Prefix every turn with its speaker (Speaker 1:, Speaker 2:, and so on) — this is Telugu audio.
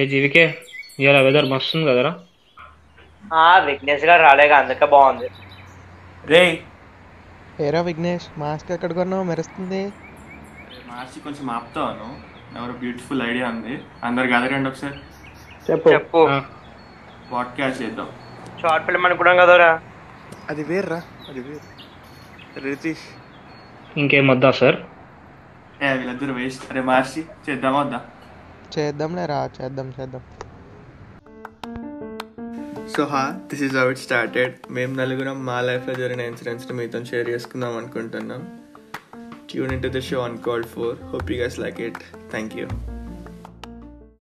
Speaker 1: ఏ జీవికే ఇవాళ వెదర్ మస్తుంది కదరా
Speaker 2: ఆ విఘ్నేష్ గారు రాలేగా అందుకే బాగుంది
Speaker 3: రే
Speaker 4: ఏరా విఘ్నేష్ మాస్క్ ఎక్కడ కొన్నావు మెరుస్తుంది
Speaker 3: మార్చి కొంచెం ఆపుతాను ఎవరో బ్యూటిఫుల్ ఐడియా ఉంది అందరు గదరండి ఒకసారి
Speaker 2: చెప్పు
Speaker 1: ఆ,
Speaker 3: పాడ్కాస్ట్ చేద్దాం
Speaker 2: షార్ట్ ఫిల్మ్ అనుకున్నాం కదరా
Speaker 5: అది వేర్రా అది వేరు రితీష్
Speaker 1: ఇంకేం వద్దా సార్
Speaker 3: ఏ వీళ్ళిద్దరు వేస్ట్ అరే మార్చి చేద్దామా వద్దా
Speaker 4: చేద్దాంలే రా చేద్దాం చేద్దాం
Speaker 3: సో హా దిస్ ఈజ్ అవర్ స్టార్టెడ్ మేము నలుగురం మా లైఫ్లో జరిగిన ఇన్సిడెంట్స్ని మీతో షేర్ చేసుకుందాం అనుకుంటున్నాం tune in to the show um called four hope you guys like it thank you